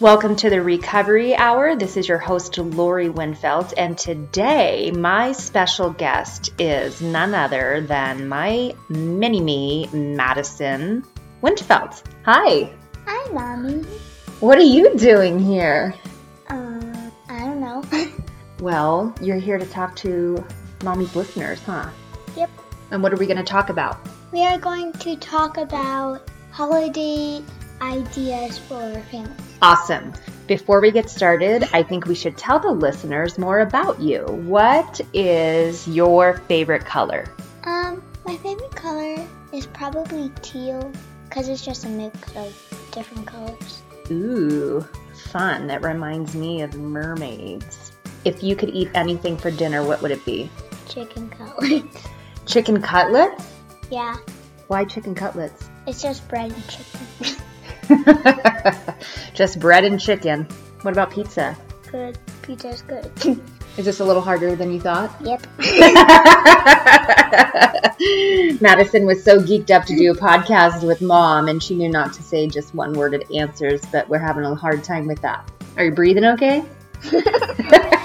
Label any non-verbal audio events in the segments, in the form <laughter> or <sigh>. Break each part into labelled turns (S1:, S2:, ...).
S1: Welcome to the Recovery Hour. This is your host, Lori Winfeld, and today my special guest is none other than my mini me, Madison Winfeld. Hi,
S2: Hi, mommy.
S1: what are you doing here?
S2: Um, I don't know. <laughs>
S1: Well, you're here to talk to mommy's listeners, huh?
S2: Yep.
S1: And what are we going to talk about?
S2: we are going to talk about holiday ideas for families.
S1: Awesome. Before we get started, I think we should tell the listeners more about you. What is your favorite color?
S2: Um, my favorite color is probably teal because it's just a mix of different colors.
S1: Ooh, fun. That reminds me of mermaids. If you could eat anything for dinner, what would it be?
S2: Chicken color.
S1: Chicken cutlets?
S2: <laughs> yeah,
S1: Why chicken cutlets? <laughs>
S2: it's just bread and chicken.
S1: Just bread and chicken. What about pizza?
S2: good. Pizza's good. <laughs>
S1: Is this a little harder than you thought? <laughs>
S2: yep.
S1: Madison was so geeked up to do a podcast with mom, and she knew not to say just one worded answers, but we're having a hard time with that. Are you breathing okay?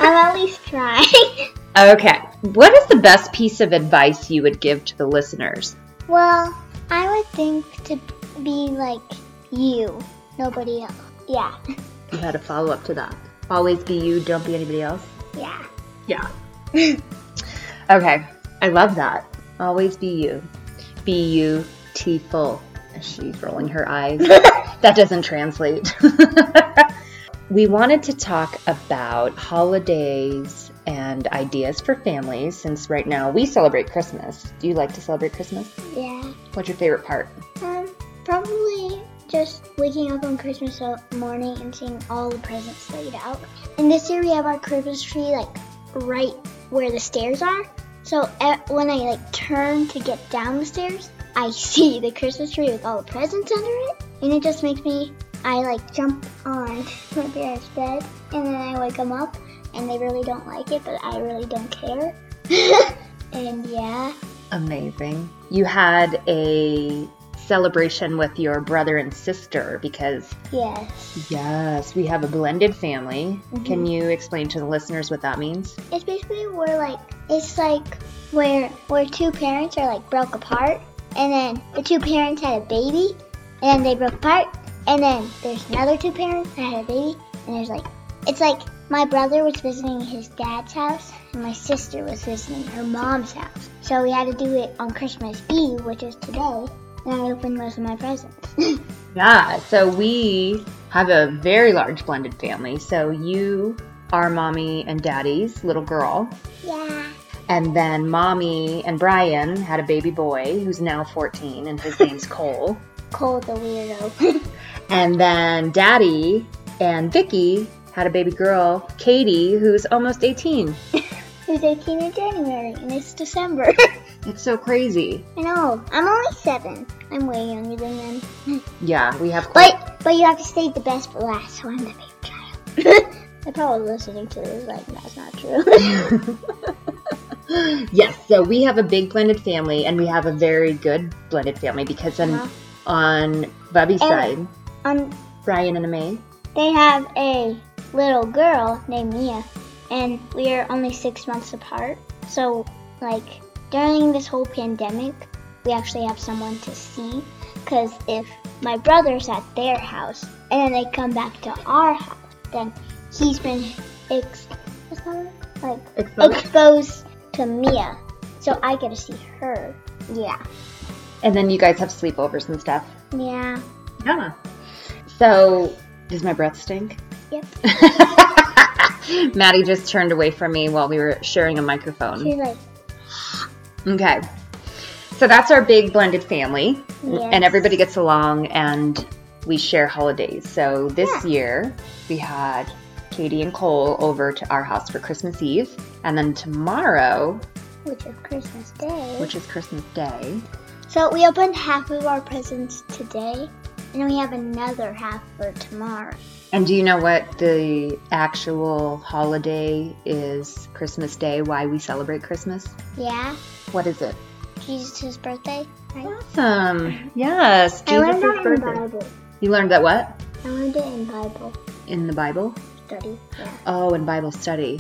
S2: I'm at least trying. <laughs>
S1: Okay. What is the best piece of advice you would give to the listeners?
S2: Well, I would think to be like you, nobody else. Yeah,
S1: You had a follow up to that. Always be you, don't be anybody else.
S2: yeah.
S1: Yeah. okay. I love that. Always be you. Be you, teeful. She's rolling her <laughs> eyes. that doesn't translate. <laughs> we wanted to talk about holidays and ideas for families since right now we celebrate Christmas. Do you like to celebrate Christmas?
S2: Yeah.
S1: What's your favorite part?
S2: Um, probably just waking up on Christmas o- morning and seeing all the presents laid out. And this year we have our Christmas tree like right where the stairs are. So e- when I like turn to get down the stairs, I <laughs> see the Christmas tree with all the presents under it, and it just makes me. I like jump on <laughs> my parents' bed, and then I wake them up, and they really don't like it, but I really don't care. <laughs> and yeah,
S1: Amazing. You had a celebration with your brother and sister because
S2: yes.
S1: Yes, we have a blended family. Can you explain to the listeners what that means?
S2: It's basically where like it's like where where two parents are like broke apart, and then the two parents had a baby, and then they broke apart, and then there's another two parents that had a baby, and there's like it's like my brother was visiting his dad's house, and my sister was visiting her mom's house. So we had to do it on Christmas Eve, which is today, and I opened most of my presents. <laughs>
S1: Yeah, so we have a very large blended family. So you are mommy and daddy's little girl.
S2: yeah.
S1: And then mommy and Brian had a baby boy who's now 14 and his name's Cole.
S2: Cole the weirdo. <laughs>
S1: And then daddy and Vicky had a baby girl, Katie, who's almost 18.
S2: Who's 18 in January, and it's December.
S1: It's so crazy.
S2: I know. I'm only seven. I'm way younger than them.
S1: Yeah, we have quite
S2: But but you have to save the best for last, so I'm the baby child. <laughs> They're probably listening to this like that's not true. <laughs>
S1: <laughs> yes, so we have a big blended family, and we have a very good blended family because on
S2: Uh-huh.
S1: on Bubby's
S2: And-
S1: side,
S2: um,
S1: Brian and May.
S2: they have a little girl named Mia, and we are only six months apart. So like during this whole pandemic, we actually have someone to see, because if my brother's at their house and then they come back to our house, then he's been ex- what's that word? like exposed to Mia, so I get to see her. Yeah.
S1: And then you guys have sleepovers and stuff.
S2: Yeah.
S1: Yeah. So does my breath stink?
S2: Yep.
S1: <laughs> Maddie just turned away from me while we were sharing a microphone.
S2: She's like,
S1: Okay. So that's our big blended family,
S2: Yes.
S1: and everybody gets along and we share holidays. So this year we had Katie and Cole over to our house for Christmas Eve, and then tomorrow,
S2: which is Christmas Day.
S1: which is Christmas Day,
S2: so we opened half of our presents today, and we have another half for tomorrow.
S1: and do you know what the actual holiday is Christmas Day, why we celebrate Christmas?
S2: Yeah.
S1: What is it?
S2: Jesus' birthday. Right?
S1: Awesome. Yes,
S2: I
S1: Jesus'
S2: learned that in
S1: birthday.
S2: Bible.
S1: You learned that what?
S2: I learned it in Bible.
S1: in the Bible?
S2: Study. Yeah.
S1: Oh, in Bible study.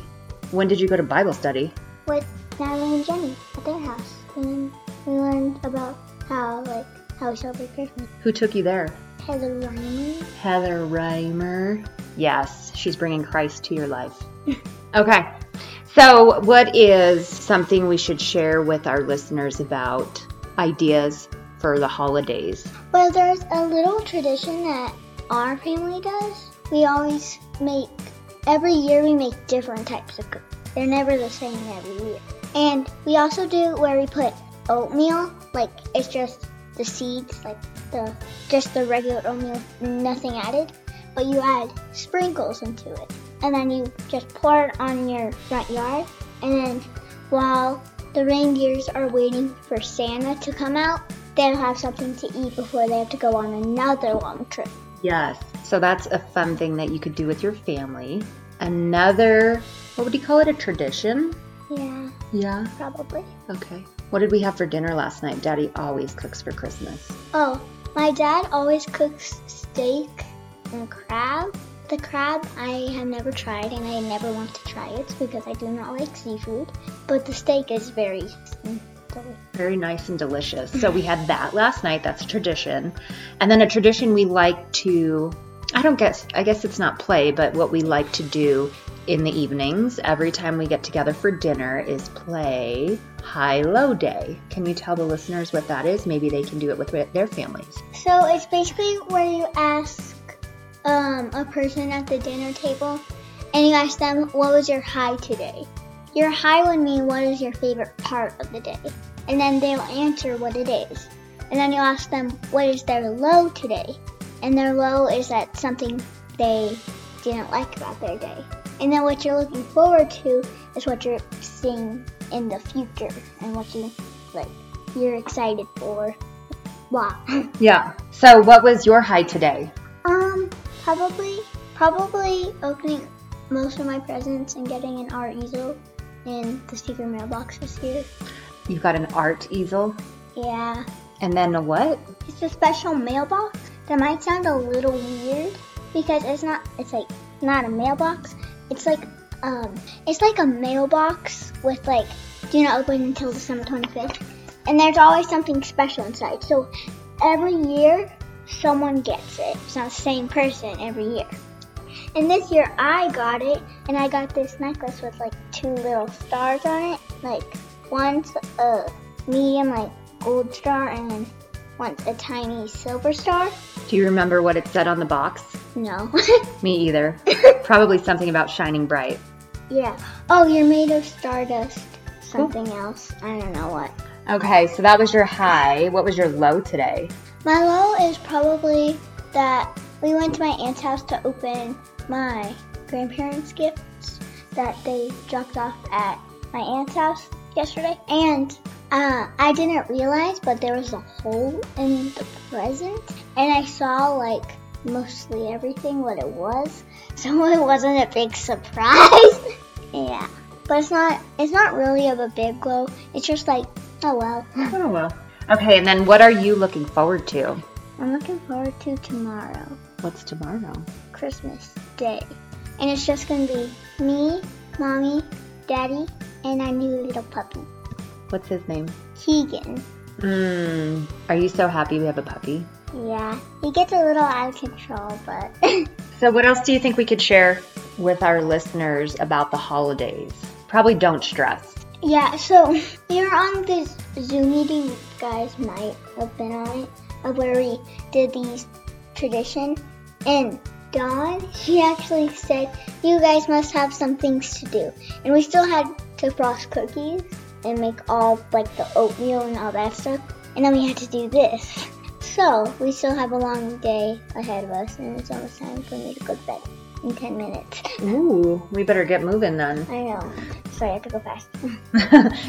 S1: When did you go to Bible study?
S2: With Natalie and Jenny at their house. And we learned about how like how we celebrate Christmas.
S1: Who took you there?
S2: Heather Reimer.
S1: Heather Reimer. Yes, she's bringing Christ to your life. <laughs> okay. So, what is something we should share with our listeners about ideas for the holidays?
S2: Well, there's a little tradition that our family does. We always make every year we make different types of cookies. They're never the same every year. And we also do where we put oatmeal, like it's just the seeds, like the just the regular oatmeal, nothing added, but you add sprinkles into it. And then you just pour it on your front yard and then while the reindeers are waiting for Santa to come out, they'll have something to eat before they have to go on another long trip.
S1: Yes. So, that's a fun thing that you could do with your family. Another, what would you call it? A tradition?
S2: Yeah,
S1: Yeah.
S2: probably.
S1: Okay. What did we have for dinner last night? Daddy always cooks for Christmas.
S2: Oh, my dad always cooks steak and crab. The crab I have never tried and I never want to try it because I do not like seafood, but the steak is very mm, delicious.
S1: Very nice and delicious. So we had that last night. That's a tradition. And then a tradition we like to I don't guess I guess it's not play, but what we like to do in the evenings every time we get together for dinner is play high low day. Can you tell the listeners what that is? Maybe they can do it with their families.
S2: So it's basically where you ask um, a person at the dinner table and you ask them, What was your high today? Your high would mean, What is your favorite part of the day? And then they'll answer what it is. And then you ask them, What is their low today? And their low is that something they didn't like about their day. And then what you're looking forward to is what you're seeing in the future and what you like you're excited for. <laughs> Wow.
S1: Yeah. So what was your high today?
S2: Um, probably, probably opening most of my presents and getting an art easel in the secret mailbox this year.
S1: You got an art easel
S2: Yeah,
S1: and then a what?
S2: it's a special mailbox that might sound a little weird because it's not. It's like not a mailbox. It's like um, it's like a mailbox with like do not open until December 25th, and there's always something special inside. So every year someone gets it. It's not the same person every year. And this year I got it, and I got this necklace with like two little stars on it. Like one's a medium like gold star, and then one's a tiny silver star.
S1: Do you remember what it said on the box?
S2: No. <laughs>
S1: Me either. Probably something about shining bright.
S2: yeah. Oh, you're made of stardust. Something else. I don't know what.
S1: Okay, so that was your high. What was your low today?
S2: My low is probably that we went to my aunt's house to open my grandparents' gifts that they dropped off at my aunt's house yesterday. And uh, I didn't realize, but there was a hole in the present, and I saw like mostly everything what it was, <laughs> so it wasn't a big surprise. <laughs> yeah, but it's not. It's not really of a big glow. It's just like, oh well.
S1: Oh, well. Okay, and then what are you looking forward to?
S2: I'm looking forward to tomorrow.
S1: What's tomorrow?
S2: Christmas Day. And it's just gonna be me, mommy, daddy, and our new little puppy,
S1: What's his name?
S2: Keegan.
S1: Mmm. Are you so happy we have a puppy?
S2: Yeah, he gets a little out of control, but <laughs>
S1: So, what else do you think we could share with our listeners about the holidays? Probably don't stress.
S2: yeah. So <laughs> we were on this Zoom meeting. You guys might have been on it, of uh, where we did these tradition. And Dawn, she actually said, "You guys must have some things to do," and we still had to frost cookies and make all like the oatmeal and all that stuff. And then we had to do this. <laughs> So we still have a long day ahead of us, and it's almost time for me to go to bed in ten minutes.
S1: Ooh, we better get moving then.
S2: I know. Sorry, I have to go fast.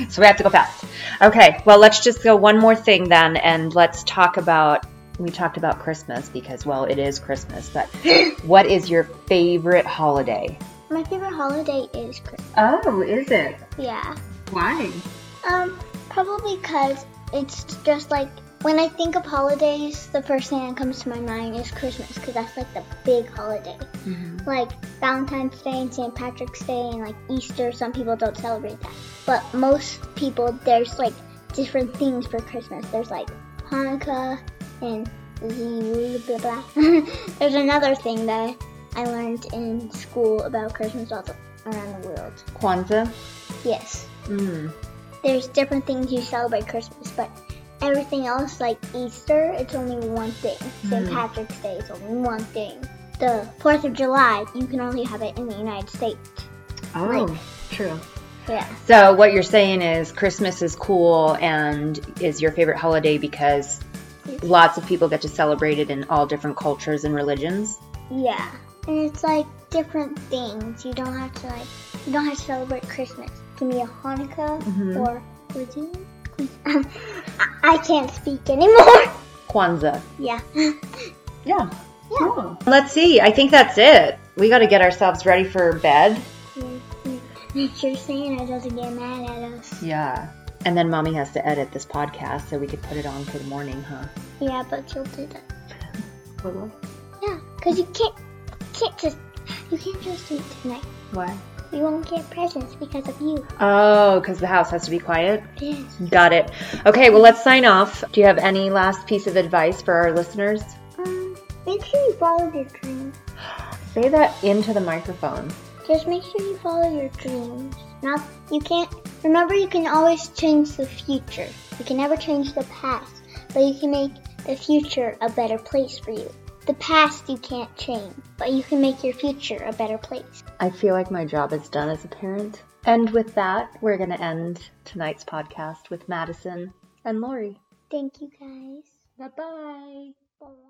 S1: <laughs> so we have to go fast. Okay, well, let's just go one more thing then, and let's talk about. We talked about Christmas because, well, it is Christmas, <gasps> but what is your favorite holiday?
S2: My favorite holiday is Christmas.
S1: Oh, is it?
S2: Yeah.
S1: Why?
S2: Um, probably because it's just like When I think of holidays, the first thing that comes to my mind is Christmas because that's like the big holiday.
S1: Mm-hmm.
S2: Like Valentine's Day and St. Patrick's Day and like Easter, some people don't celebrate that. But most people, there's like different things for Christmas. There's like Hanukkah and blah, blah, blah. <laughs> there's another thing that I learned in school about Christmas all around the world.
S1: Kwanzaa.
S2: Yes
S1: Mm.
S2: there's different things you celebrate Christmas, but everything else, like Easter, it's only one thing. St.
S1: Mm.
S2: Patrick's Day is only one thing. The 4th of July, you can only have it in the United States.
S1: Oh,
S2: Like-
S1: true.
S2: Yeah.
S1: So what you're saying is Christmas is cool and is your favorite holiday because lots of people get to celebrate it in all different cultures and religions.
S2: Yeah. And it's like different things. You don't have to, like, you don't have to celebrate Christmas. It can be a Hanukkah
S1: Mhm.
S2: or was it- I- <laughs> I can't speak anymore. <laughs>
S1: Kwanzaa.
S2: yeah.
S1: Yeah.
S2: Yeah.
S1: Oh. Let's see. I think that's it. We got to get ourselves ready for bed.
S2: Make sure Santa doesn't get mad at us.
S1: Yeah. And then mommy has to edit this podcast so we could put it on for the morning, huh?
S2: Yeah, but you'll do that. Yeah, because you can't, can't just, you can't just do it tonight.
S1: What?
S2: We won't get presents because of you.
S1: Oh, because the house has to be quiet.
S2: Yes.
S1: Got it. Okay, well, let's sign off. Do you have any last piece of advice for our listeners?
S2: Um, make sure you follow your dreams.
S1: Say that into the microphone.
S2: Just make sure you follow your dreams. Not, you can't, remember you can always change the future. You can never change the past, but you can make the future a better place for you. The past you can't change, but you can make your future a better place.
S1: I feel like my job is done as a parent. And with that, we're going to end tonight's podcast with Madison and Lori.
S2: Thank you guys.
S1: Bye bye.
S2: Bye.